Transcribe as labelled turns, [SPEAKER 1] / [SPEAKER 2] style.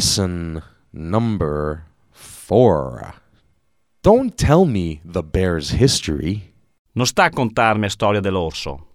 [SPEAKER 1] Lesson number four. Don't tell me the bear's history.
[SPEAKER 2] Non sta a contarmi storia dell'orso.